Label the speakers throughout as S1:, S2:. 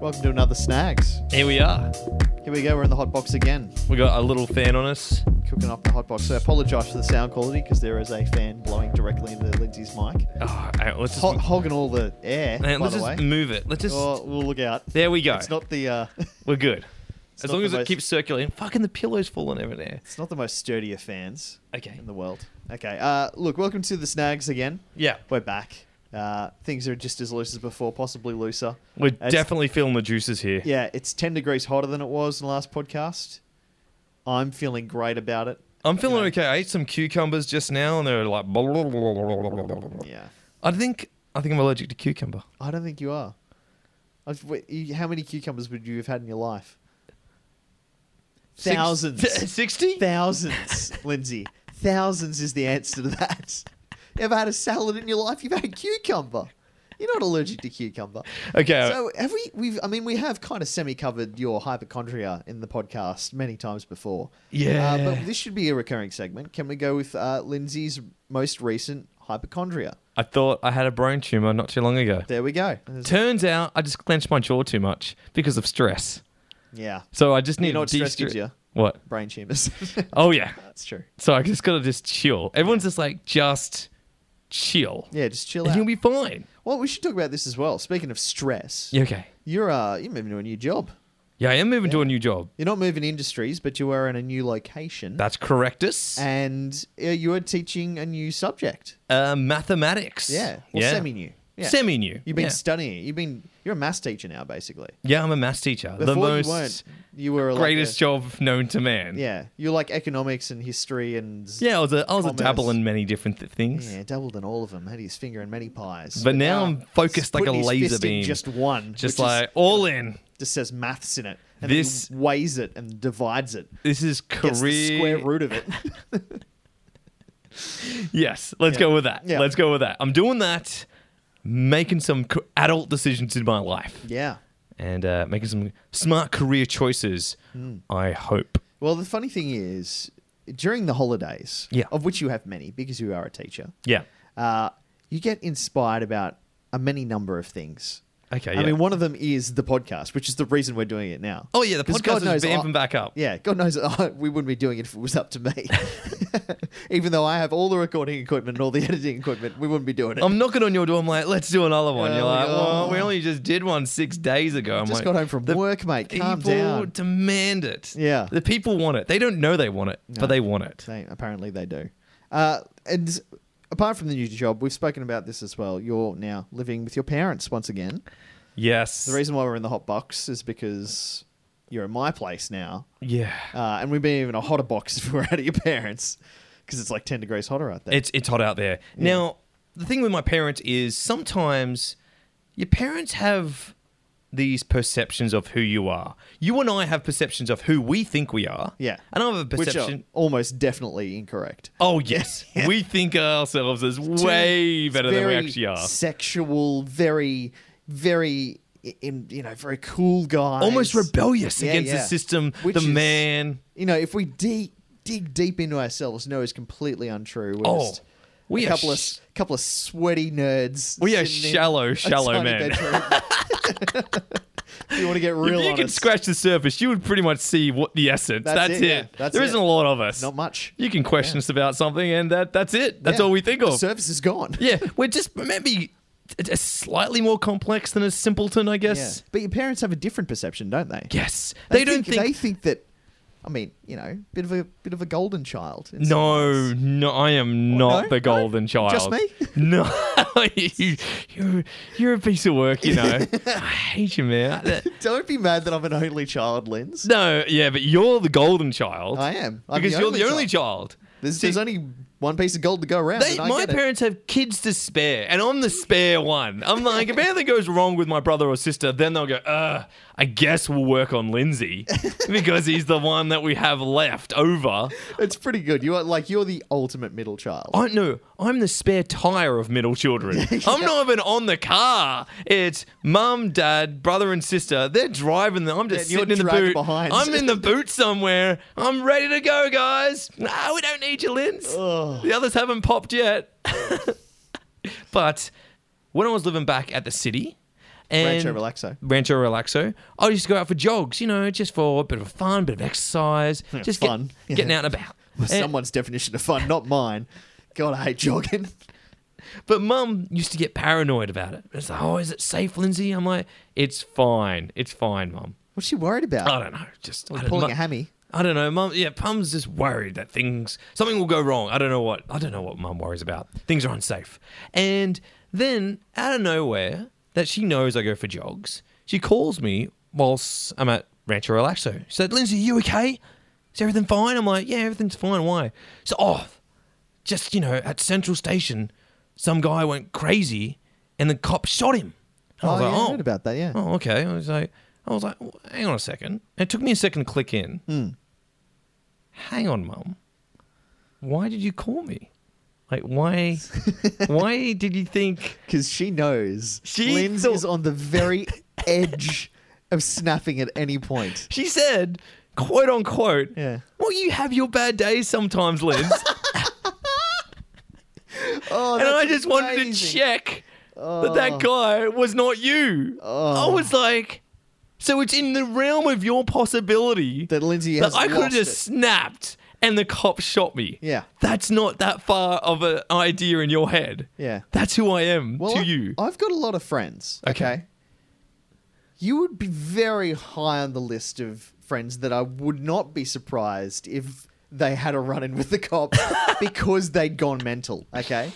S1: Welcome to another Snags.
S2: Here we are.
S1: Here we go. We're in the hot box again,
S2: We got a little fan on us.
S1: cooking up the hot box. So I apologise for the sound quality because there is a fan blowing directly into Lindsay's mic,
S2: Oh, all right, let's just,
S1: Ho- hogging all the air.
S2: man,
S1: by
S2: let's
S1: the
S2: just
S1: way,
S2: move it. Let's just.
S1: oh, we'll look out.
S2: there we go.
S1: It's not the uh,
S2: We're good.
S1: It's
S2: As
S1: not
S2: long
S1: the
S2: as it
S1: most-
S2: keeps circulating. Fucking the pillow's falling over there.
S1: it's not the most sturdy of fans
S2: Okay.
S1: in the world. Okay. Uh, look, welcome to the Snags again.
S2: Yeah.
S1: We're back. Uh, things are just as loose as before, possibly looser.
S2: We're
S1: It's-
S2: definitely feeling the juices here.
S1: Yeah, it's 10 degrees hotter than it was in the last podcast. I'm feeling great about it.
S2: I'm feeling
S1: You know.
S2: okay. I ate some cucumbers just now and they're like.
S1: Yeah.
S2: I think I think I'm allergic to cucumber.
S1: I don't think you are. I was- wait, you- how many cucumbers would you have had in your life?
S2: Six-
S1: Thousands.
S2: 60?
S1: Thousands, Lindsay. Thousands is the answer to that. You ever had a salad in your life? You've had a cucumber. You're not allergic to cucumber.
S2: Okay.
S1: So have we? We've. I mean, we have kind of semi-covered your hypochondria in the podcast many times before.
S2: Yeah.
S1: Uh, but this should be a recurring segment. Can we go with uh, Lindsay's most recent hypochondria?
S2: I thought I had a brain tumor not too long ago.
S1: There we go. There's-
S2: Turns out I just clenched my jaw too much because of stress.
S1: yeah.
S2: So I just
S1: You
S2: need
S1: know what
S2: to
S1: stress gives
S2: de-stre-
S1: you?
S2: What?
S1: Brain tumors.
S2: Oh yeah.
S1: That's true.
S2: So I just gotta just chill. Everyone's just like, just chill.
S1: Yeah, just chill
S2: And
S1: out.
S2: you'll be fine.
S1: well, we should talk about this as well. Speaking of stress,
S2: Yeah, okay.
S1: you're uh, you're moving to a new job.
S2: Yeah, I am moving to a new job.
S1: You're not moving industries, but you are in a new location,
S2: That's correctus.
S1: and uh, you are teaching a new subject.
S2: uh, mathematics.
S1: Yeah, well, semi-new. Yeah.
S2: Semi-new.
S1: You've been
S2: yeah.
S1: studying. it. You've been. You're a maths teacher now, basically.
S2: yeah, I'm a maths teacher.
S1: Before
S2: the
S1: you weren't.
S2: most
S1: You were like
S2: greatest
S1: a,
S2: job known to man.
S1: Yeah, you're like economics and history and
S2: Yeah, I was a, I was a
S1: Commerce.
S2: dabble in many different th- things.
S1: yeah, doubled in all of them. Had his finger in many pies.
S2: But now I'm focused
S1: he's
S2: like a
S1: putting his
S2: laser
S1: fist in
S2: beam.
S1: Just one.
S2: Just
S1: which is-
S2: like all in.
S1: just says maths in it. And
S2: This-
S1: then he weighs it and divides it.
S2: This is
S1: Gets the square
S2: career.
S1: root of it.
S2: Yes, let's
S1: Yeah.
S2: go with that.
S1: Yeah.
S2: Let's go with that. I'm doing that, making some co- adult decisions in my life,
S1: yeah.
S2: and uh, making some smart career choices.
S1: Hmm.
S2: I hope.
S1: Well, the funny thing is, during the holidays,
S2: Yeah.
S1: of which you have many because you are a teacher,
S2: Yeah.
S1: uh, you get inspired about a many number of things.
S2: Okay.
S1: I
S2: Uh, yeah.
S1: mean, one of them is the podcast, which is the reason we're doing it now.
S2: Oh, yeah, the
S1: 'Cause
S2: podcast
S1: God
S2: is
S1: knows
S2: vamping
S1: I-
S2: back up.
S1: Yeah, God knows I, we wouldn't be doing it if it was up to me. Even though I have all the recording equipment and all the editing equipment, we wouldn't be doing it.
S2: I'm knocking on your door. I'm like, let's do another one.
S1: Yeah,
S2: You're
S1: like,
S2: like, well,
S1: oh.
S2: we only just did one six days ago. I'm
S1: just
S2: like,
S1: got home from
S2: the
S1: work, mate. Calm
S2: people
S1: down.
S2: demand it.
S1: Yeah.
S2: The people want it. They don't know they want it,
S1: No.
S2: but they want it.
S1: They, apparently they do. Uh, and apart from the new job, we've spoken about this as well. You're now living with your parents once again.
S2: Yes.
S1: The reason why we're in the hot box is because you're in my place now,
S2: yeah.
S1: uh, and we'd be in a hotter box if we were out of your parents because it's like ten degrees hotter out there.
S2: It's it's hot out there. Now, the thing with my parents is sometimes your parents have these perceptions of who you are. You and I have perceptions of who we think we are.
S1: Yeah.
S2: And I have a
S1: which
S2: perception.
S1: are almost definitely incorrect.
S2: Oh yes, we think ourselves as way
S1: It's
S2: better than we
S1: very
S2: actually are.
S1: Sexual, very, very, i- in, you know, very cool guy.
S2: Almost rebellious
S1: Yeah,
S2: against
S1: yeah.
S2: the system,
S1: Which
S2: the
S1: is-
S2: man.
S1: you know, if we de- dig deep into ourselves, no, it's completely untrue. We're
S2: Oh,
S1: just
S2: we
S1: a
S2: are
S1: couple
S2: sh-
S1: of couple of sweaty nerds.
S2: We are
S1: sitting in
S2: shallow,
S1: a
S2: shallow
S1: tiny
S2: men.
S1: bedroom. if you want to get real
S2: if you
S1: honest,
S2: could scratch the surface, you would pretty much see what the essence.
S1: That's
S2: That's,
S1: it,
S2: it.
S1: yeah. That's
S2: There
S1: it.
S2: isn't a lot of us.
S1: not much.
S2: You can question us about something, and that that's it. That's
S1: Yeah.
S2: all we think
S1: The
S2: of.
S1: service is gone.
S2: yeah, we're just maybe t- t- slightly more complex than a simpleton, I
S1: Yeah.
S2: guess.
S1: But your parents have a different perception, don't they?
S2: Yes, they, don't think.
S1: they think that. I mean, you know, bit of a bit of a golden child. in some
S2: No,
S1: ways.
S2: no, I am not
S1: Oh, no?
S2: the golden child.
S1: Just me?
S2: No, you, you're, you're a piece of work, you know. I hate you, man. That-
S1: Don't be mad that I'm an only child, Linz.
S2: No, yeah, but you're the golden child.
S1: I am. I'm
S2: Because
S1: the
S2: you're
S1: only
S2: the only child.
S1: There's,
S2: See,
S1: there's only one piece of gold to go around.
S2: they,
S1: and I
S2: my
S1: get it.
S2: parents have kids to spare, and I'm the spare one. I'm like, if anything goes wrong with my brother or sister, then they'll go, uh, I guess we'll work on Lindsay because he's the one that we have left over.
S1: It's pretty good. You are like you're the ultimate middle child.
S2: I no, I'm the spare tire of middle children. I'm not even on the car. It's mum, dad, brother, and sister. They're driving. The, I'm just
S1: Yeah, you're
S2: sitting in the
S1: dragged
S2: boot.
S1: behind.
S2: I'm in the boot somewhere. I'm ready to go, guys. No, we don't need you, Linz.
S1: Ugh.
S2: The others haven't popped yet. but when I was living back at the city, And
S1: Rancho Relaxo.
S2: Rancho Relaxo. I used to go out for jogs, you know, just for a bit of fun, bit of exercise, just get-
S1: fun.
S2: getting out and about.
S1: Well,
S2: And-
S1: someone's definition of fun, not mine. God, I hate jogging.
S2: But mum used to get paranoid about it. It's like, oh, is it safe, Lindsay? I'm like, it's fine. It's fine, mum.
S1: What's she worried about?
S2: I don't know. Just I don't,
S1: Pulling
S2: mu-
S1: a hammy.
S2: I don't know, mum. Yeah, mum's just worried that things, something will go wrong. I don't know what. I don't know what mum worries about. Things are unsafe. And then out of nowhere, that she knows I go for jogs, she calls me whilst I'm at Rancho Relaxo. She said, "Lindsay, you okay? Is everything fine?" I'm like, "Yeah, everything's fine. Why?" So, oh, just you know, at Central Station, some guy went crazy, and the cop shot him.
S1: Oh,
S2: And I was
S1: yeah,
S2: like,
S1: I heard about that, yeah.
S2: oh, okay. I was like, I was like, "Well, hang on a second. And it took me a second to click in.
S1: Hmm.
S2: Hang on, mum. Why did you call me? Like, why? why did you think?
S1: Because she knows
S2: She
S1: Lynn's
S2: thought-
S1: is on the very edge of snapping at any point.
S2: She said, quote unquote.
S1: Yeah.
S2: Well, you have your bad days sometimes, Liz.
S1: Oh,
S2: and I
S1: that's
S2: just wanted to
S1: amazing. Oh.
S2: check that that guy was not you. I was like, so it's in the realm of your possibility
S1: that Lindsay
S2: that
S1: has
S2: I could have
S1: lost
S2: just
S1: it.
S2: snapped and the cop shot me.
S1: Yeah.
S2: That's not that far of an idea in your head.
S1: Yeah.
S2: That's who I am
S1: Well,
S2: to
S1: I-
S2: you.
S1: I've got a lot of friends. Okay.
S2: Okay.
S1: You would be very high on the list of friends that I would not be surprised if they had a run in with the cop because they'd gone mental. Okay.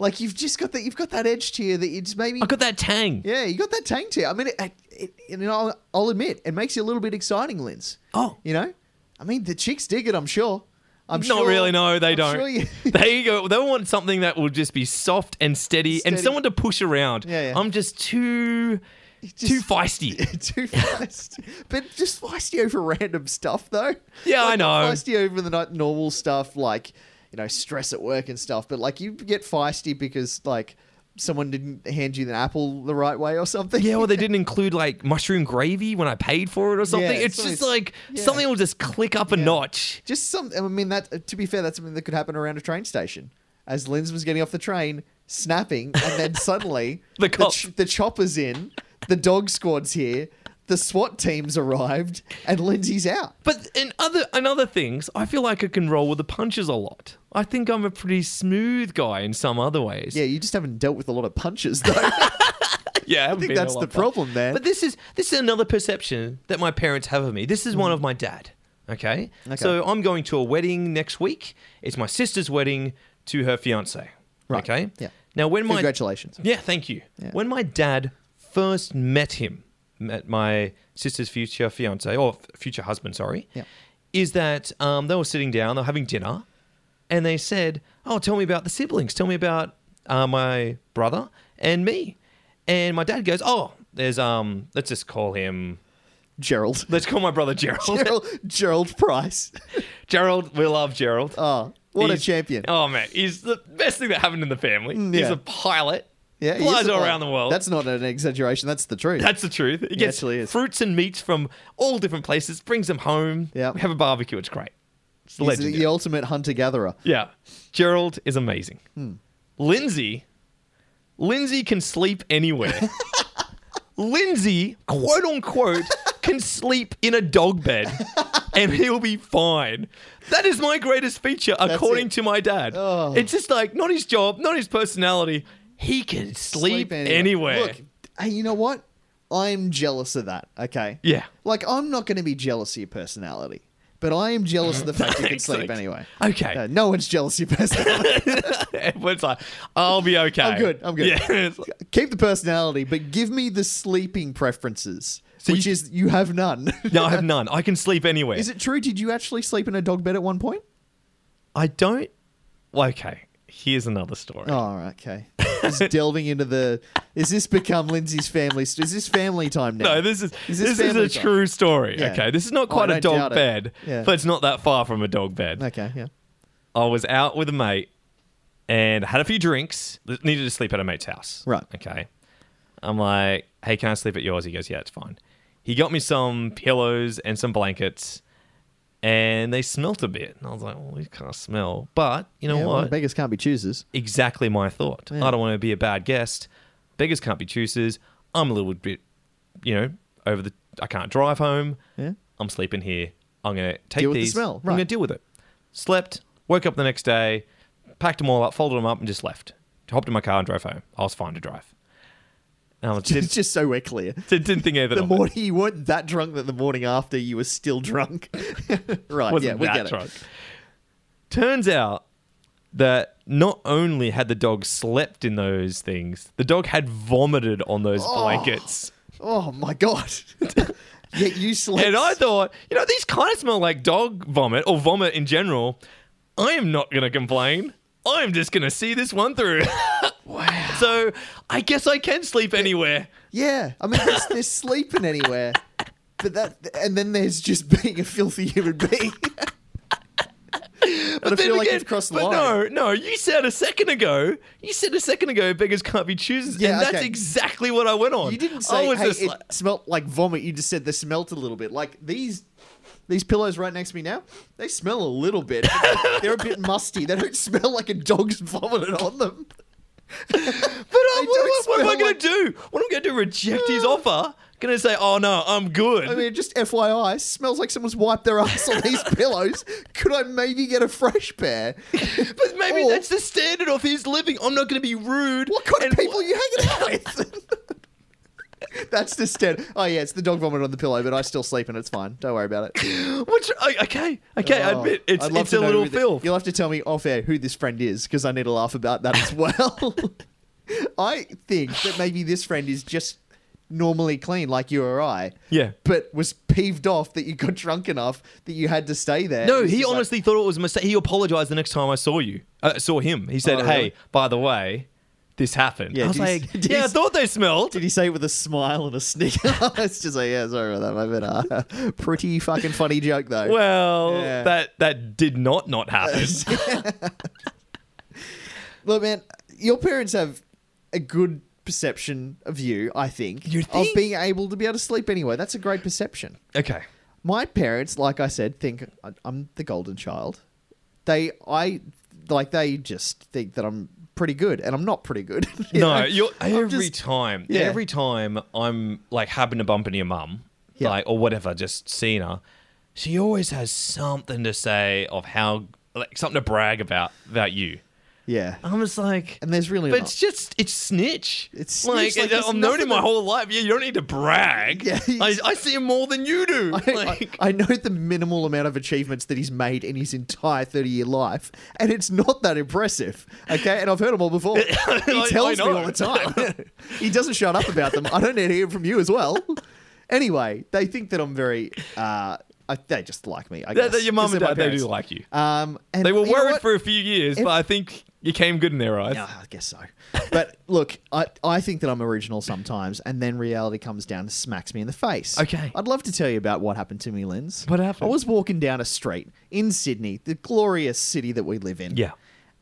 S1: Like you've just got that you've got that edge to you that you just maybe
S2: I got that tang.
S1: yeah you got that tang to you. I mean, it, it, it, and I'll, I'll admit it makes you a little bit exciting, Linz.
S2: Oh.
S1: You know, I mean the chicks dig it. I'm sure. I'm
S2: Not
S1: sure,
S2: really. No, they
S1: I'm
S2: don't.
S1: sure you-
S2: they go. They want something that will just be soft and steady, and
S1: Steady.
S2: someone to push around.
S1: Yeah, yeah.
S2: I'm just too,
S1: just-
S2: too feisty.
S1: too feisty. but just feisty over random stuff, though.
S2: Yeah,
S1: Like,
S2: I
S1: not
S2: know.
S1: Feisty over the not normal stuff, like you know, stress at work and stuff. But like, you get feisty because like someone didn't hand you the apple the right way or something.
S2: Yeah, well, they didn't include like mushroom gravy when I paid for it or something.
S1: Yeah,
S2: it's
S1: so
S2: just
S1: it's-
S2: like
S1: yeah.
S2: something will just click up a notch.
S1: just some. I mean, that to be fair, that's something that could happen around a train station. As Linz was getting off the train, snapping, and then suddenly
S2: The cop.
S1: ch- the chopper's in, the dog squad's here, the SWAT team's arrived, and Lindsay's out.
S2: But in other in other things, I feel like I can roll with the punches a lot. I think I'm a pretty smooth guy in some other ways.
S1: Yeah, you just haven't dealt with a lot of punches though.
S2: yeah.
S1: I think that's the problem there.
S2: But this is this is another perception that my parents have of me. This is one of my dad. Okay?
S1: Mm. Okay.
S2: So I'm going to a wedding next week. It's my sister's wedding to her fiance.
S1: Right.
S2: Okay.
S1: Yeah.
S2: Now when my
S1: Congratulations.
S2: Yeah, thank you.
S1: Yeah.
S2: When my dad first met him, met my sister's future fiance or f- future husband, sorry,
S1: Yeah.
S2: is that um, they were sitting down, they were having dinner, and they said, "Oh, tell me about the siblings. Tell me about uh, my brother and me." And my dad goes, "Oh, there's um, let's just call him.
S1: Gerald.
S2: Let's call my brother Gerald. Gerald,
S1: Gerald, Gerald Price.
S2: we love Gerald.
S1: Oh, what
S2: He's-
S1: a champion. Mm,
S2: Oh man, he's the best thing that happened in the family. He's
S1: yeah.
S2: a pilot.
S1: Yeah, he
S2: flies
S1: is a
S2: all
S1: bloke.
S2: around the world.
S1: That's not an exaggeration. That's the truth.
S2: That's the truth. He gets
S1: actually is.
S2: fruits and meats from all different places, brings them home.
S1: Yeah.
S2: We have a barbecue. It's great. It's
S1: He's the,
S2: legendary.
S1: the ultimate hunter gatherer.
S2: yeah. Gerald is amazing.
S1: Hmm.
S2: Lindsay, Lindsay can sleep anywhere. Lindsay, quote unquote, can sleep in a dog bed and he'll be fine. That is my greatest feature, according
S1: it.
S2: to my dad.
S1: Oh.
S2: It's just like, not his job, not his personality. He can sleep, anywhere.
S1: Look, hey, you know what? I'm jealous of that. Okay.
S2: Yeah.
S1: Like I'm not going to be jealous of your personality, but I am jealous of the fact you can sleep
S2: Exactly.
S1: anyway.
S2: Okay.
S1: Uh, no one's jealous of your personality.
S2: Everyone's like, I'll be okay.
S1: I'm good, I'm good.
S2: Yeah, it's like-
S1: Keep the personality, but give me the sleeping preferences,
S2: So
S1: which
S2: you-
S1: is you have none.
S2: no, I have none. I can sleep anywhere.
S1: Is it true? Did you actually sleep in a dog bed at one point?
S2: I don't. Well, okay. Here's another story.
S1: Oh, all right, okay. Just delving into the. Is this become Lindsay's family? st- Is this family time now?
S2: No, this is
S1: Is
S2: this,
S1: this
S2: is
S1: family
S2: a
S1: time?
S2: true story.
S1: Yeah.
S2: Okay, this is not
S1: Oh,
S2: quite
S1: I
S2: a
S1: don't
S2: dog
S1: doubt it.
S2: bed,
S1: Yeah.
S2: but it's not that far from a dog bed.
S1: Okay, yeah.
S2: I was out with a mate and had a few drinks. Needed to sleep at a mate's house.
S1: Right.
S2: Okay. I'm like, hey, can I sleep at yours? He goes, yeah, it's fine. He got me some pillows and some blankets, and they smelt a bit. And I was like, well, we can't smell, but you know
S1: yeah well,
S2: what?
S1: beggars can't be choosers.
S2: exactly my thought. I don't want to be a bad guest. Beggars can't be choosers. I'm a little bit, you know, over the. I can't drive home.
S1: Yeah.
S2: I'm sleeping here. I'm gonna take
S1: Deal with the
S2: these.
S1: smell,
S2: I'm gonna
S1: right.
S2: deal with it. Slept. Woke up the next day. Packed them all up. Folded them up and just left. Hopped in my car and drove home. I was fine to drive. And I was-
S1: It's
S2: didn't,
S1: just so we're clear.
S2: didn't think anything
S1: The
S2: of it.
S1: morning you weren't that drunk that the morning after you were still drunk. right,
S2: Wasn't
S1: yeah, we
S2: that
S1: get it.
S2: drunk. Turns out that not only had the dog slept in those things, the dog had vomited on those
S1: Oh.
S2: blankets.
S1: Oh my god. Yet you slept.
S2: And I thought, you know, these kind of smell like dog vomit or vomit in general. I am not going to complain. I'm just going to see this one through.
S1: Wow.
S2: so I guess I can sleep anywhere.
S1: Yeah, I mean, there's, there's sleeping anywhere, but that, and then there's just being a filthy human being. but, I
S2: Then
S1: feel like
S2: again-
S1: you've crossed the
S2: but
S1: line.
S2: no, no, you said a second ago. You said a second ago, beggars can't be choosers.
S1: Yeah,
S2: and that's
S1: okay.
S2: exactly what I went on.
S1: You didn't
S2: I
S1: say
S2: was
S1: hey,
S2: just
S1: it
S2: like-
S1: smelt like vomit. You just said they smelt a little bit. Like these these pillows right next to me now, they smell a little bit. They're a bit musty. They don't smell like a dog's vomited on them.
S2: But uh,
S1: They
S2: what,
S1: don't
S2: what- what am I
S1: smell
S2: going
S1: like-
S2: to do? What am I going to do? Reject his offer? Going to say, oh no, I'm good.
S1: I mean, just FYI, smells like someone's wiped their ass on these pillows. Could I maybe get a fresh pair?
S2: but maybe
S1: or-
S2: that's the standard of his living. I'm not going to be rude.
S1: What kind
S2: and-
S1: of people are you hanging out with? That's the stand. Oh yeah, it's the dog vomit on the pillow, but I still sleep and it's fine. Don't worry about it.
S2: Which, I- okay, okay, I
S1: Oh,
S2: admit it's,
S1: I'd love
S2: it's
S1: to
S2: a
S1: know
S2: little
S1: who the-
S2: filth.
S1: You'll have to tell me off air who this friend is because I need to laugh about that as well. I think that maybe this friend is just normally clean, like you or I.
S2: Yeah.
S1: But was peeved off that you got drunk enough that you had to stay there.
S2: No,
S1: And he's
S2: he
S1: just like,
S2: honestly thought it was a mistake. He apologized the next time I saw you. I saw him. He said,
S1: Oh,
S2: "Hey,
S1: really?
S2: by the way, this happened."
S1: Yeah,
S2: I was
S1: did he-
S2: like,
S1: did he-
S2: "Yeah, I thought they smelled."
S1: Did he say it with a smile and a snicker? it's just like, yeah, sorry about that. My bad. Uh, pretty fucking funny joke though.
S2: Well,
S1: Yeah.
S2: that that did not not happen.
S1: Look, man, your parents have a good perception of you, I think.
S2: You
S1: Of
S2: think?
S1: being able to be able to sleep anywhere. That's a great perception.
S2: okay.
S1: My parents, like I said, think I- I'm the golden child. They, I, like, they just think that I'm pretty good, and I'm not pretty good. you
S2: no,
S1: know?
S2: you're,
S1: I'm
S2: every
S1: just-
S2: time,
S1: yeah.
S2: every time I'm like happen to bump into your mum,
S1: Yeah.
S2: like or whatever, just seeing her, she always has something to say of how like something to brag about about you.
S1: Yeah.
S2: I'm just like,
S1: And there's really
S2: but
S1: not.
S2: it's just it's snitch.
S1: It's snitch,
S2: like,
S1: like, there's
S2: I'm known
S1: nothing
S2: in my
S1: to-
S2: whole life. Yeah, you don't need to brag.
S1: Yeah,
S2: I,
S1: he's-
S2: I see him more than you do.
S1: I, I-
S2: like,
S1: I know the minimal amount of achievements that he's made in his entire 30 year life, and it's not that impressive. Okay. And I've heard them all before.
S2: I-
S1: He tells
S2: I
S1: me
S2: know.
S1: all the time. he doesn't shut up about them. I don't need to hear from you as well. Anyway, they think that I'm very. Uh, I, they just like me. I
S2: They're-
S1: guess.
S2: they're your mum
S1: They're
S2: and
S1: my
S2: dad, they
S1: parents.
S2: do like you.
S1: Um, and
S2: They were
S1: you know
S2: worried
S1: what?
S2: for a few years, but I think you came good in their eyes.
S1: Yeah, I guess so. But look, I, I think that I'm original sometimes, and then reality comes down and smacks me in the face.
S2: Okay.
S1: I'd love to tell you about what happened to me, Linz.
S2: What happened?
S1: I was walking down a street in Sydney, the glorious city that we live in.
S2: Yeah.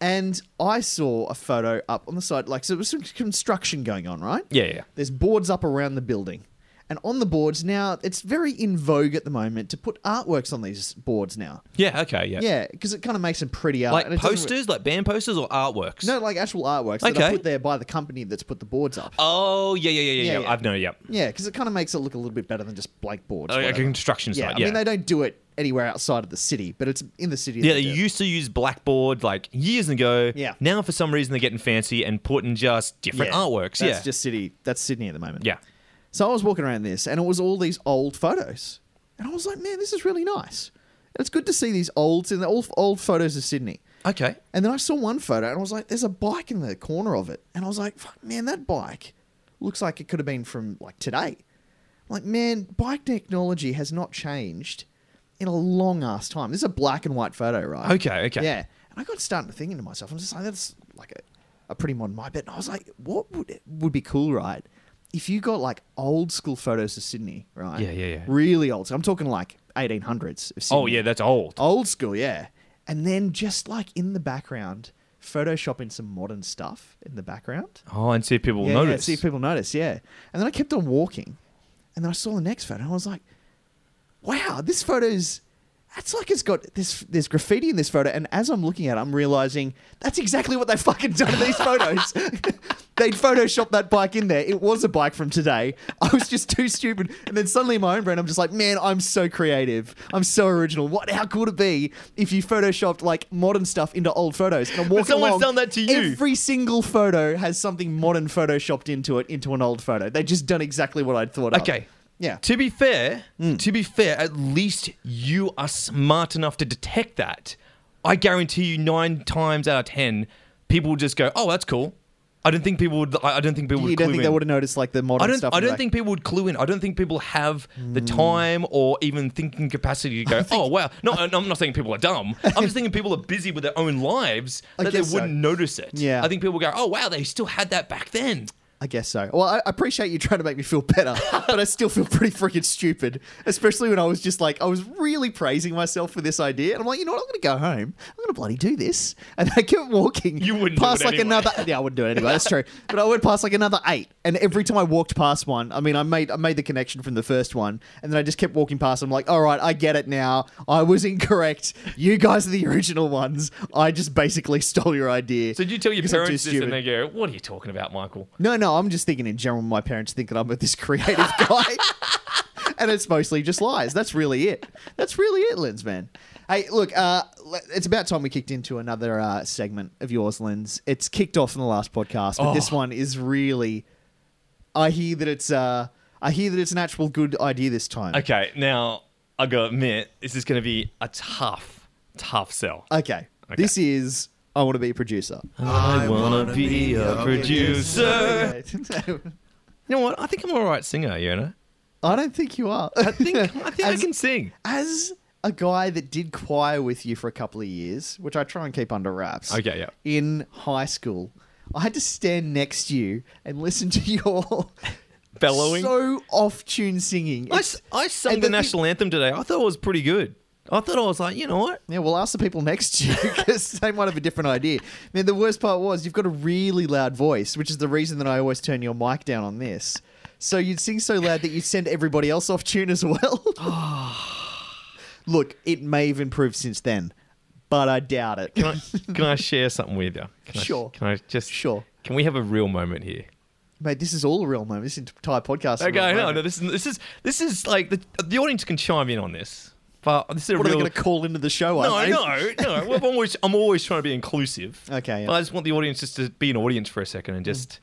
S1: And I saw a photo up on the side, like, so there was some construction going on, right?
S2: Yeah, yeah.
S1: There's boards up around the building. And on the boards now, it's very in vogue at the moment to put artworks on these boards now.
S2: Yeah, okay, yeah.
S1: Yeah, because it kind of makes them prettier.
S2: Like
S1: and it doesn't-
S2: posters, like band posters or artworks?
S1: no, like actual artworks that are
S2: Okay.
S1: put there by the company that's put the boards up.
S2: Oh, yeah, yeah, yeah, yeah.
S1: Yeah,
S2: yeah,
S1: yeah.
S2: I've no, yeah.
S1: Yeah, because it kind of makes it look a little bit better than just blank boards.
S2: Like a
S1: whatever.
S2: construction
S1: yeah,
S2: site,
S1: I
S2: yeah.
S1: mean they don't do it anywhere outside of the city, but it's in the city.
S2: yeah,
S1: they
S2: they
S1: do it.
S2: used to use blackboard like years ago.
S1: Yeah.
S2: Now for some reason they're getting fancy and putting just different artworks.
S1: That's
S2: yeah.
S1: just city. That's Sydney at the moment.
S2: yeah.
S1: So I was walking around this, and it was all these old photos, and I was like, man, this is really nice. And it's good to see these olds and the old old photos of Sydney.
S2: Okay.
S1: And then I saw one photo, and I was like, there's a bike in the corner of it, and I was like, fuck, man, that bike looks like it could have been from like today. Like, man, bike technology has not changed in a long ass time. This is a black and white photo, right?
S2: Okay, okay.
S1: Yeah. And I got starting to thinking to myself, I'm just like, that's like a, a pretty modern my bet. And I was like, what would would be cool, right? If you got like old school photos of Sydney, right?
S2: Yeah, yeah, yeah.
S1: Really old. So I'm talking like 1800s of Sydney.
S2: Oh yeah, that's old.
S1: Old school, yeah. And then just like in the background, Photoshop in some modern stuff in the background.
S2: Oh, and see if people
S1: yeah, yeah,
S2: notice.
S1: see if people notice, yeah. And then I kept on walking. And then I saw the next photo and I was like, wow, this photo's That's like it's got this. There's graffiti in this photo, and as I'm looking at it, I'm realizing that's exactly what they fucking done in these photos. They'd photoshopped that bike in there. It was a bike from today. I was just too stupid. And then suddenly, in my own brain, I'm just like, man, I'm so creative. I'm so original. What? How cool would it be if you photoshopped like modern stuff into old photos? And I'm walking
S2: someone's
S1: along,
S2: done that to you.
S1: Every single photo has something modern photoshopped into it into an old photo. They just done exactly what I'd thought. of.
S2: Okay.
S1: Yeah. Hmm.
S2: To be fair, to be fair, at least you are smart enough to detect that. I guarantee you, nine times out of ten, people would just go, "Oh, that's cool." I don't think people would. I I don't think people would.
S1: You don't
S2: clue
S1: think
S2: in.
S1: they would have noticed like the modern
S2: I don't.
S1: stuff?
S2: I
S1: and be
S2: don't
S1: like, Hmm.
S2: think people would clue in. I don't think people have the time or even thinking capacity to go. oh wow! No, no, I'm not saying people are dumb. I'm just thinking people are busy with their own lives
S1: I
S2: that they
S1: guess so.
S2: wouldn't notice it.
S1: Yeah.
S2: I think people go. Oh wow! They still had that back then.
S1: I guess so. Well, I I appreciate you trying to make me feel better, but I still feel pretty freaking stupid, especially when I was just like, I was really praising myself for this idea. And I'm like, you know what? I'm going to go home. I'm going to bloody do this. And I kept walking.
S2: You wouldn't do
S1: Past
S2: it
S1: like
S2: anyway.
S1: another. Yeah, I wouldn't do it anyway. That's true. But I went past like another eight. And every time I walked past one, I mean, I made I made the connection from the first one. And then I just kept walking past. I'm like, all right, I get it now. I was incorrect. You guys are the original ones. I just basically stole your idea.
S2: So did you tell your
S1: Because I'm too
S2: parents this, and
S1: stupid.
S2: they go, "What are you talking about, Michael?"
S1: No, no, I'm just thinking in general, my parents think that I'm this creative guy. and it's mostly just lies. That's really it. That's really it, Lens, man. Hey, look, uh, le- it's about time we kicked into another uh, segment of yours, Lens. It's kicked off in the last podcast, but this
S2: Oh.
S1: one is really. I hear that it's. Uh, I hear that it's an actual good idea this time.
S2: Okay, now I gotta admit, this is gonna be a tough, tough sell.
S1: Okay.
S2: Okay.
S1: This is. I want to be a producer.
S2: I wanna be a producer.
S1: I
S2: You know what? I think I'm all right singer, you know.
S1: don't think you are.
S2: I think I think I
S1: As-
S2: can sing.
S1: as a guy that did choir with you for a couple of years, which I try and keep under wraps.
S2: Okay, yeah.
S1: In high school, I had to stand next to you and listen to your
S2: Bellowing.
S1: so off tune singing.
S2: I,
S1: It's-
S2: s- I sung
S1: and the
S2: the,
S1: thing-
S2: national anthem today. I thought it was pretty good. I thought I was like, you know what?
S1: Yeah, well, ask the people next to you because they might have a different idea. Man, the worst part was you've got a really loud voice, which is the reason that I always turn your mic down on this. So you'd sing so loud that you'd send everybody else off tune as well. Look, it may have improved since then, but I doubt it.
S2: Can I can I share something with you? Can I,
S1: Sure.
S2: Can I just
S1: Sure.
S2: Can we have a real moment here?
S1: Mate, this is all a real moment. This entire podcast. is a real
S2: Okay, no,
S1: moment.
S2: no. This is this is this is like the the audience can chime in on this, but this is a
S1: What are they
S2: real.
S1: going to call into the show? eh?
S2: no,
S1: are they?
S2: no, no. Well, I'm always I'm always trying to be inclusive.
S1: Okay, yeah.
S2: But I just want the audience just to be an audience for a second and just,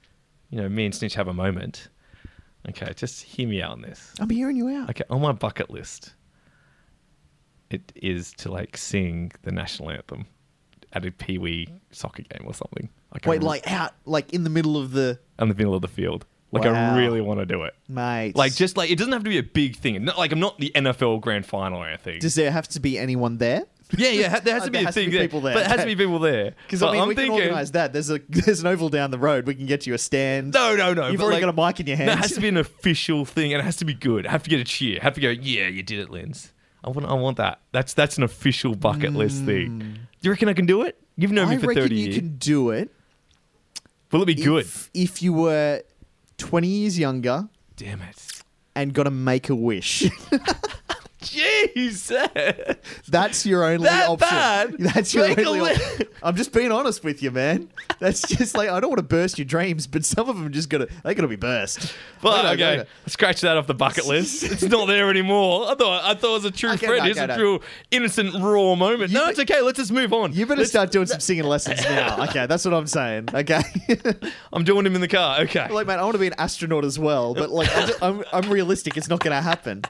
S2: you know, me and Snitch have a moment. Okay, just hear me out on this.
S1: I'm hearing you out.
S2: Okay, on my bucket list, it is to like sing the national anthem at a pee wee soccer game or something. I can't
S1: Wait,
S2: remember.
S1: like out, like in the middle of the
S2: on the middle of the field. Like
S1: Wow.
S2: I really want to do it.
S1: mate.
S2: Like just like it doesn't have to be a big thing. Not, like I'm not the NFL grand final or anything.
S1: does there have to be anyone there?
S2: yeah, yeah. ha- There has to be
S1: There
S2: a
S1: has to
S2: thing.
S1: be
S2: there,
S1: people there,
S2: But it has to
S1: okay.
S2: be people there.
S1: Because
S2: But
S1: I mean,
S2: I'm
S1: we
S2: thinking,
S1: can organise that. There's a there's an oval down the road. We can get you a stand.
S2: No, no, no.
S1: You've
S2: but,
S1: already
S2: like,
S1: got a mic in your
S2: No, it has
S1: hand.
S2: to be an official thing, and it has to be good. I have to get a cheer. I have to go. Yeah, you did it, Lens. I want. I want that. That's that's an official bucket list thing. Do you reckon I can do it? You've known
S1: Mm. I
S2: me for
S1: reckon
S2: thirty
S1: you
S2: years.
S1: can do it.
S2: Will it be good?
S1: If, if you were 20 years younger
S2: Damn it.
S1: and got to make a wish.
S2: Jesus.
S1: That's your only
S2: That
S1: option.
S2: bad?
S1: That's your
S2: Make a
S1: only
S2: li-
S1: option. I'm just being honest with you, man. That's just like I don't want to burst your dreams, but some of them just gotta they gotta be burst.
S2: But
S1: Later,
S2: okay,
S1: later.
S2: scratch that off the bucket list. It's not there anymore. I thought I thought it was a true
S1: Okay,
S2: friend.
S1: no,
S2: it's
S1: okay,
S2: a
S1: no.
S2: true innocent raw moment. no,
S1: be-
S2: it's okay. Let's just move on.
S1: You better
S2: Let's-
S1: start doing some singing lessons now. Okay, that's what I'm saying. Okay,
S2: I'm doing him in the car. Okay.
S1: like man, I want to be an astronaut as well, but like I'm, just- I'm, I'm realistic. It's not gonna happen.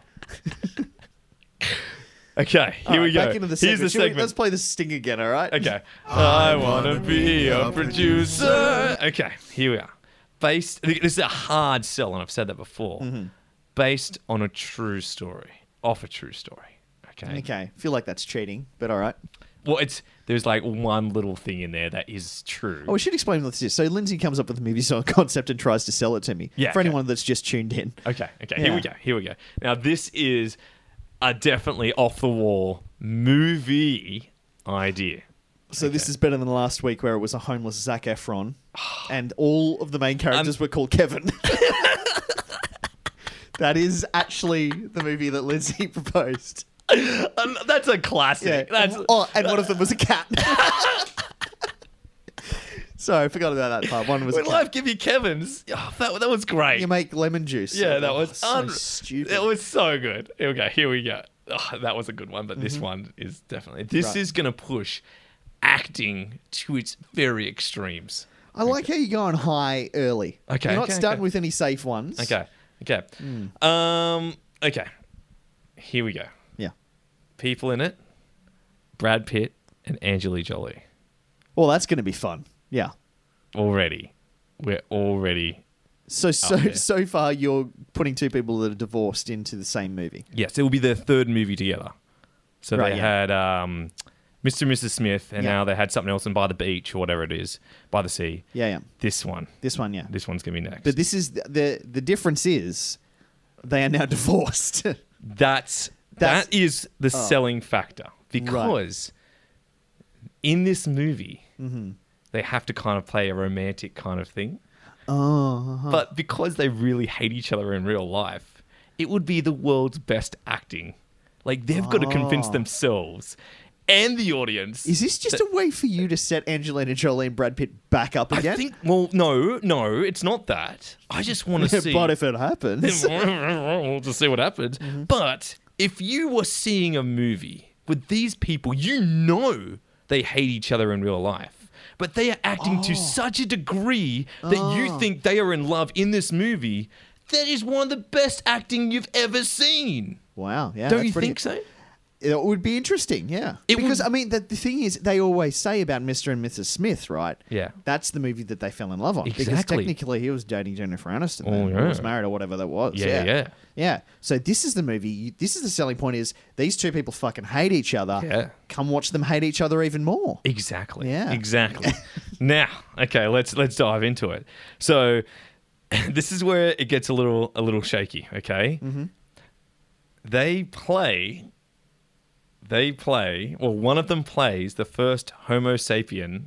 S2: okay. Here
S1: All
S2: we
S1: right,
S2: go.
S1: Back into the segment.
S2: Here's the
S1: Should we-
S2: segment.
S1: let's play the sting again. All right.
S2: Okay. I wanna be a producer. Okay, here we are. Based, this is a hard sell, and I've said that before. Based on a true story, off a true story. Okay.
S1: Okay. Feel like that's cheating, but all right.
S2: Well, it's there's like one little thing in there that is true.
S1: Oh, we should explain what this is. So Lindsay comes up with a movie song concept and tries to sell it to me.
S2: Yeah,
S1: For
S2: okay.
S1: anyone that's just tuned in.
S2: Okay, okay, here we go,
S1: Yeah.
S2: here we go. Now this is a definitely off the wall movie idea.
S1: So this is better than last week where it was a homeless Zac Efron and all of the main
S2: Um,
S1: characters were called Kevin. that is actually the movie that Lindsay proposed.
S2: Um, that's a classic. That's
S1: oh, and one of them was a cat. Sorry, I forgot about that part. One was a
S2: when
S1: cat.
S2: life give you Kevin's. Oh, that, that was great.
S1: You make lemon juice.
S2: Yeah, that
S1: Oh,
S2: was
S1: so
S2: un-
S1: stupid.
S2: It was so good. Here we go. Here we go. Oh, that was a good one, but this one is definitely. This
S1: Mm-hmm. Right.
S2: is going to push acting to its very extremes.
S1: I like how you're going high early.
S2: Okay,
S1: You're not
S2: okay,
S1: starting
S2: okay.
S1: with any safe ones.
S2: Okay. Okay.
S1: Hmm.
S2: Um. Okay. Here we go.
S1: Yeah.
S2: People in it: Brad Pitt and Angela Jolie.
S1: Well, that's going to be fun. Yeah.
S2: Already, we're already.
S1: So so
S2: Oh, yeah.
S1: so far, you're putting two people that are divorced into the same movie.
S2: Yes, it will be their third movie together. So
S1: Right,
S2: they
S1: yeah.
S2: had um, Mr. and Mrs. Smith, and
S1: Yeah.
S2: now they had something else in By the Beach or whatever it is, by the sea.
S1: Yeah, yeah.
S2: This one.
S1: This one, yeah.
S2: This one's gonna be next.
S1: But this is the the difference is they are now divorced. That's-
S2: that's,
S1: Oh.
S2: that's the selling factor because in this movie
S1: Mm-hmm.
S2: they have to kind of play a romantic kind of thing,
S1: oh,
S2: but because they really hate each other in real life, it would be the world's best acting. Like they've got to convince
S1: Oh.
S2: themselves and the audience.
S1: is this just a way for you to set Angelina Jolie and Brad Pitt back up again?
S2: I think. Well, no, no, it's not that. I just want to see.
S1: but if it happens,
S2: we'll just see what happens.
S1: Mm-hmm.
S2: But if you were seeing a movie with these people, you know they hate each other in real life. But they are acting
S1: Oh.
S2: to such a degree that you think they are in love in this movie. That is one of the best acting you've ever seen.
S1: wow, yeah,
S2: Don't
S1: that's
S2: you
S1: pretty-
S2: think so?
S1: It would be interesting, yeah.
S2: It
S1: because
S2: would-
S1: I mean, the, the thing is, they always say about Mr. and Mrs. Smith, right?
S2: Yeah.
S1: that's the movie that they fell in love on. Because
S2: Exactly.
S1: technically, he was dating Jennifer Aniston.
S2: Oh,
S1: then, or
S2: yeah.
S1: was married or whatever that was.
S2: Yeah, yeah.
S1: yeah. So this is the movie. you- This is the selling point: is these two people fucking hate each other.
S2: Yeah.
S1: Come watch them hate each other even more.
S2: Exactly.
S1: Yeah.
S2: Exactly. now, okay, let's let's dive into it. So, this is where it gets a little a little shaky. Okay.
S1: Mm-hmm.
S2: They play. They play. Well, one of them plays the first Homo sapien,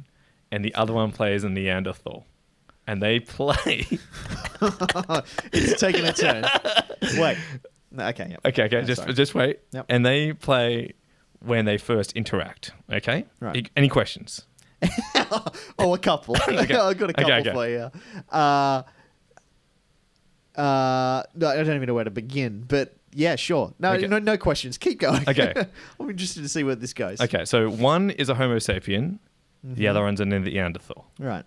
S2: and the other one plays a Neanderthal, and they play.
S1: It's taking a turn. Wait. No, okay. Yep.
S2: Okay, okay,
S1: Yeah,
S2: just
S1: sorry.
S2: just wait.
S1: Yep.
S2: And they play when they first interact. Okay.
S1: Right.
S2: Any questions?
S1: Oh, a couple. I've got a
S2: Okay,
S1: couple
S2: okay.
S1: for you. Uh, uh, no, I don't even know where to begin, but yeah, sure. No,
S2: Okay.
S1: no, no questions. Keep going.
S2: Okay.
S1: I'm interested to see where this goes.
S2: Okay, so one is a Homo sapien, the other one's a Neanderthal.
S1: Right.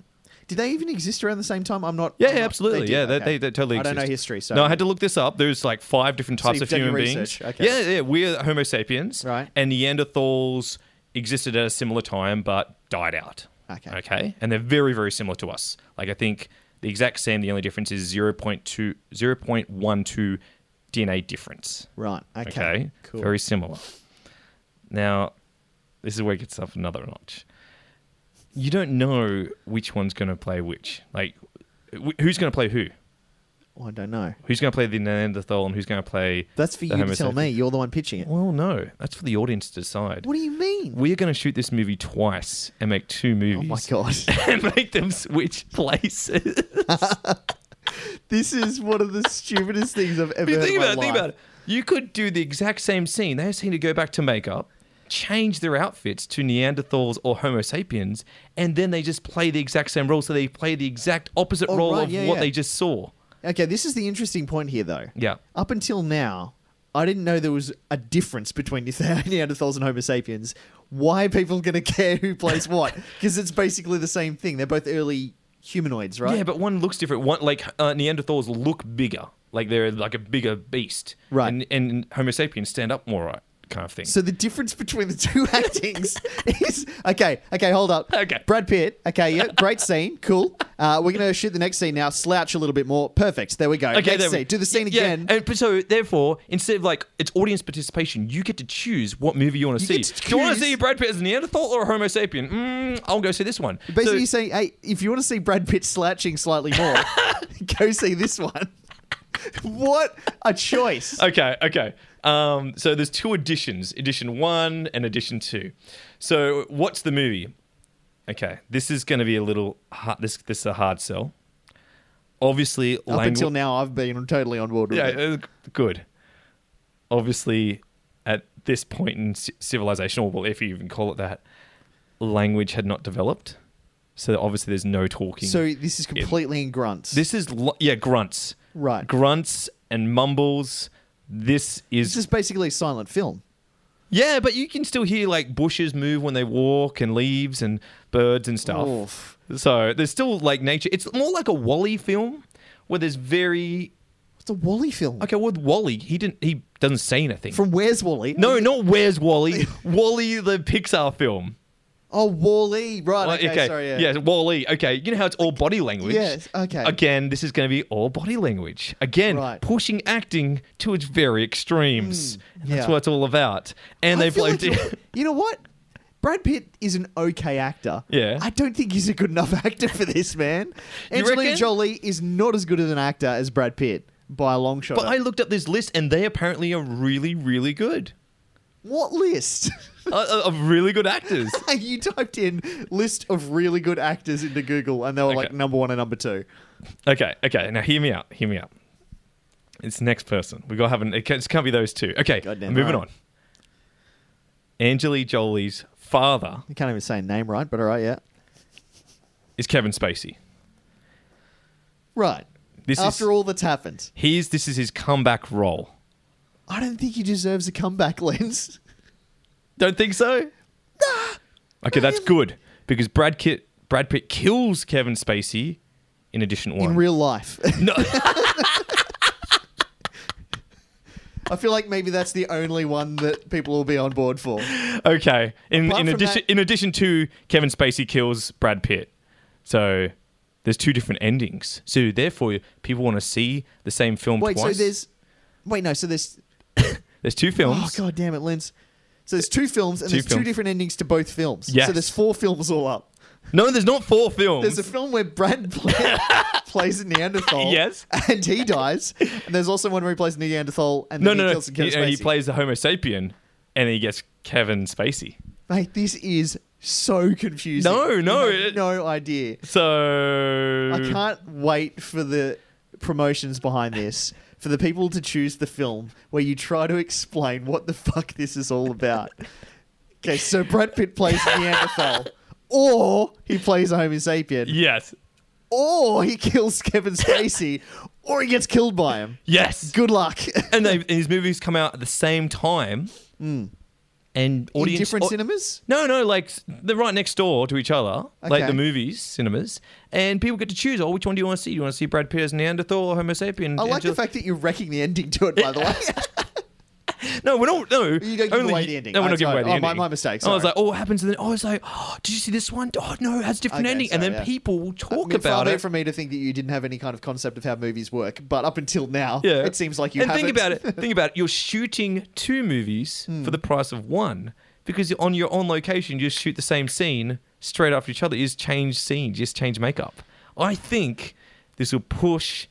S1: Did they even exist around the same time? I'm not.
S2: Yeah,
S1: I'm
S2: yeah,
S1: not-
S2: absolutely.
S1: did,
S2: yeah, they,
S1: okay.
S2: they, they totally
S1: I
S2: exist.
S1: don't know history, so.
S2: No, I had to look this up. There's like five different types
S1: you've
S2: of
S1: done your
S2: human
S1: research,
S2: beings.
S1: okay.
S2: Yeah, yeah, we're Homo sapiens.
S1: Right.
S2: And Neanderthals existed at a similar time but died out.
S1: Ah, Okay.
S2: Okay. And they're very, very similar to us. Like, I think the exact same, the only difference is 0.2, 0.12 DNA difference.
S1: Right. Okay.
S2: Okay.
S1: Cool.
S2: Very similar. Now, this is where it gets up another notch. You don't know which one's going to play which. Like, wh- who's going to play who?
S1: Oh, I don't know.
S2: Who's going to play the Neanderthal and who's going to play.
S1: That's for
S2: the
S1: you
S2: Homo
S1: to tell
S2: sapien?
S1: me. You're the one pitching it.
S2: Well, no. That's for the audience to decide.
S1: What do you mean?
S2: We're going to shoot this movie twice and make two
S1: Oh
S2: movies.
S1: my god.
S2: and make them switch places.
S1: this is one of the stupidest things I've ever
S2: But
S1: heard
S2: think
S1: in my
S2: about it, think
S1: life.
S2: about it. You could do the exact same scene. They just need to go back to makeup, change their outfits to Neanderthals or Homo sapiens, and then they just play the exact same role. So they play the exact opposite
S1: Oh,
S2: role
S1: right,
S2: of
S1: yeah,
S2: what
S1: yeah.
S2: they just saw.
S1: Okay, this is the interesting point here, though.
S2: Yeah.
S1: Up until now, I didn't know there was a difference between Neanderthals and Homo sapiens. Why are people going to care who plays what? Because it's basically the same thing. They're both early humanoids, right?
S2: Yeah, but one looks different. One like uh, Neanderthals look bigger, like they're like a bigger beast.
S1: Right.
S2: And, and Homo sapiens stand up more, right? Kind of thing.
S1: so the difference between the two actings is okay. Okay, hold up.
S2: Okay.
S1: Brad Pitt. Okay, yeah, great scene. Cool. Uh, we're gonna shoot the next scene now. Slouch a little bit more. Perfect. There we go.
S2: Okay,
S1: next
S2: there we-
S1: scene. Do the scene
S2: yeah,
S1: again.
S2: And but so, therefore, instead of like it's audience participation, you get to choose what movie you want to see.
S1: get to
S2: Do you want to
S1: choose-
S2: see Brad Pitt as a Neanderthal or a Homo sapien? Mm, I'll go see this one.
S1: Basically,
S2: So-
S1: you're saying, hey, if you want to see Brad Pitt slouching slightly more, go see this one. what a choice.
S2: okay, okay. Um, so there's two editions: edition one and edition two. So what's the movie? Okay, this is going to be a little hard, this. This is a hard sell. Obviously,
S1: Up
S2: language.
S1: until now, I've been totally on board with
S2: yeah,
S1: it.
S2: uh, good. Obviously, at this point in ci- civilization, or well, if you even call it that, language had not developed. So obviously, there's no talking.
S1: So this is completely in grunts.
S2: this is lo- yeah grunts,
S1: right.
S2: grunts and mumbles. This is
S1: this is basically a silent film.
S2: yeah, but you can still hear like bushes move when they walk and leaves and birds and stuff.
S1: Oof.
S2: So there's still like nature. It's more like a Wally film where there's very
S1: It's a Wally film.
S2: okay. With Wally, he didn't he doesn't say anything.
S1: From where's Wally?
S2: no, not where's Wally? Wally the Pixar film.
S1: Oh, Wally. Right.
S2: Well,
S1: okay, Sorry. Yeah.
S2: Wally. Okay, you know how it's all body language.
S1: Yes, okay.
S2: Again, this is going to be all body language. Again,
S1: Right.
S2: pushing acting to its very extremes. And That's
S1: Hmm, yeah.
S2: what it's all about. And
S1: I
S2: they
S1: feel
S2: blow.
S1: like you- you know what? Brad Pitt is an okay actor.
S2: Yeah.
S1: I don't think he's a good enough actor for this man.
S2: You
S1: Angelina
S2: reckon?
S1: Jolie is not as good as an actor as Brad Pitt by a long shot.
S2: but I looked up this list, and they apparently are really, really good.
S1: what list?
S2: uh, of really good actors.
S1: you typed in list of really good actors into Google and they were
S2: Okay.
S1: like number one and number two.
S2: Okay, okay. Now hear me out. Hear me out. It's the next person. We gotta have an. It can't, it can't be those two. Okay,
S1: Goddamn
S2: I'm moving
S1: right.
S2: on. Angelina Jolie's father
S1: You can't even say a name right, but all right, yeah.
S2: is Kevin Spacey.
S1: Right.
S2: This
S1: After
S2: is
S1: all that's happened,
S2: he's this is his comeback role.
S1: I don't think he deserves a comeback lens.
S2: Don't think so. Okay, that's good because Brad Pitt Brad Pitt kills Kevin Spacey in Edition One.
S1: In real life.
S2: no,
S1: I feel like maybe that's the only one that people will be on board for.
S2: okay. In
S1: Apart
S2: in
S1: from
S2: addition
S1: that-
S2: in addition to Kevin Spacey kills Brad Pitt, so there's two different endings. So therefore, people want to see the same film
S1: Wait,
S2: twice.
S1: so there's. Wait, no, so there's.
S2: There's two
S1: Oh,
S2: films.
S1: god damn it, Lens. So there's two films and
S2: Two
S1: there's two
S2: films.
S1: different endings to both films.
S2: Yes.
S1: So there's four films all up.
S2: no, there's not four films.
S1: There's a film where Brad play, plays a Neanderthal.
S2: Yes.
S1: And he dies. And there's also one where he plays a Neanderthal and
S2: no,
S1: then
S2: no,
S1: he
S2: no.
S1: kills Kevin
S2: He, and he
S1: Spacey.
S2: plays the Homo sapien, and he gets Kevin Spacey.
S1: Mate, this is so confusing.
S2: No,
S1: You
S2: no,
S1: have
S2: it-
S1: no idea.
S2: So
S1: I can't wait for the promotions behind this. For the people to choose the film where you try to explain what the fuck this is all about. Okay, so Brad Pitt plays Neanderthal, or he plays a Homo sapien,
S2: Yes.
S1: or he kills Kevin Spacey, or he gets killed by him.
S2: Yes.
S1: Good luck.
S2: And, they, and his movies come out at the same time. And
S1: Hmm. In
S2: audience.
S1: different
S2: au-
S1: cinemas?
S2: no, no, like s- they're right next door to each other,
S1: Okay.
S2: like the movies, cinemas, and people get to choose. Oh, which one do you want to see? Do you want to see Brad Pitt as Neanderthal or Homo sapien?
S1: I like the
S2: Angela-
S1: fact that you're wrecking the ending to it, by the way.
S2: No, we're not. No,
S1: You don't give
S2: only,
S1: away the ending.
S2: No, we're
S1: Oh,
S2: not giving
S1: sorry.
S2: away the
S1: Oh,
S2: ending.
S1: my- my mistake,
S2: I
S1: sorry.
S2: was like, oh, what happens? And then oh, it's like, oh, did you see this one? Oh no, it has a different
S1: Okay,
S2: ending. and
S1: sorry,
S2: then
S1: yeah.
S2: people will talk
S1: I mean, far
S2: about
S1: be
S2: it.
S1: for me to think that you didn't have any kind of concept of how movies work, but up until now,
S2: yeah,
S1: it seems like you.
S2: And
S1: haven't. Hmm.
S2: think about it. Think about it. You're shooting two movies for the price of one because you're on your own location. You just shoot the same scene straight after each other. You just change scenes. You just change makeup. I think this will push.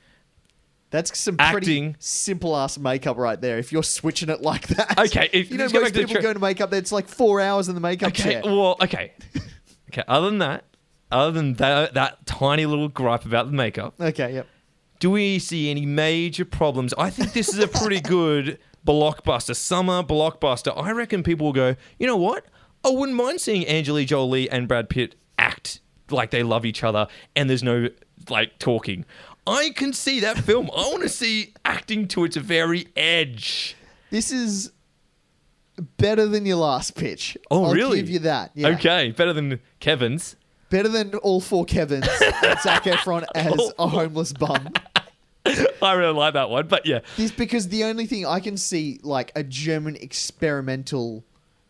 S1: That's some pretty
S2: Acting.
S1: simple ass makeup right there. If you're switching it like that,
S2: Okay, if-
S1: you know
S2: let's go
S1: most
S2: back to the
S1: people
S2: tra-
S1: go into makeup. It's like four hours in the makeup
S2: Okay.
S1: chair.
S2: Well, okay. Okay. Other than that, other than that, that tiny little gripe about the makeup.
S1: Okay, yep.
S2: Do we see any major problems? I think this is a pretty good blockbuster, summer blockbuster. I reckon people will go, you know what? I wouldn't mind seeing Angelina Jolie and Brad Pitt act like they love each other and there's no like talking. I can see that film. I want to see acting to its very edge.
S1: This is better than your last pitch.
S2: Oh,
S1: I'll
S2: really?
S1: Give you that. Yeah.
S2: Okay, better than Kevin's.
S1: Better than all four Kevin's. and Zac Efron as
S2: Oh.
S1: a homeless bum.
S2: I really like that one, but yeah.
S1: This because the only thing I can see like a German experimental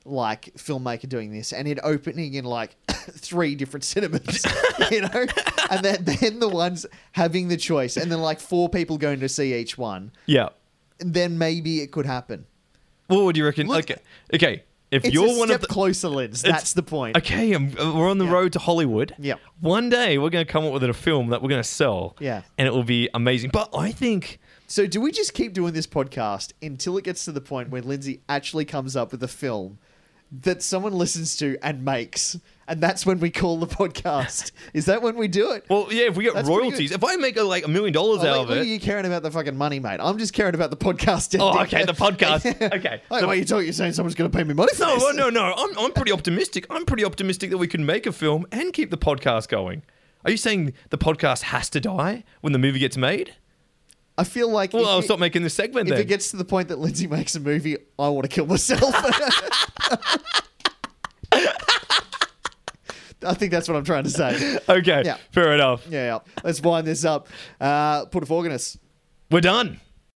S1: like filmmaker doing this and it opening in like three different cinemas, you know? And then then the ones having the choice and then like four people going to see each one.
S2: Yeah.
S1: And then maybe it could happen.
S2: What would you reckon?
S1: Look-
S2: okay. Okay. If
S1: It's
S2: you're
S1: a
S2: one
S1: step
S2: of the
S1: closer, Liz.
S2: It's-
S1: That's the point.
S2: okay, um, uh, we're on the
S1: Yeah.
S2: road to Hollywood.
S1: Yeah.
S2: One day we're going to come up with a film that we're going to sell.
S1: Yeah.
S2: And it will be amazing. But I think
S1: So do we just keep doing this podcast until it gets to the point where Lindsay actually comes up with a film that someone listens to and makes. And that's when we call the podcast. Is that when we do it?
S2: Well, yeah, if we get
S1: That's pretty
S2: royalties, if I make a, like a million dollars
S1: Oh,
S2: out
S1: look-
S2: of
S1: look at
S2: it.
S1: you caring about the fucking money, mate. I'm just caring about the podcast.
S2: Oh, okay, the podcast. Okay.
S1: Wait,
S2: The-
S1: wait, you talking? You're saying someone's going to pay me money? For
S2: No,
S1: this?
S2: well, no, no. I'm, I'm pretty optimistic. I'm pretty optimistic that we can make a film and keep the podcast going. Are you saying the podcast has to die when the movie gets made?
S1: I feel like
S2: Well,
S1: if,
S2: I'll
S1: it,
S2: stop making this segment
S1: if
S2: then.
S1: it gets to the point that Lindsay makes a movie, I want to kill myself. I think that's what I'm trying to say.
S2: okay,
S1: Yeah.
S2: fair enough.
S1: Yeah, yeah. let's wind this up. Uh, put a fork in us.
S2: We're done.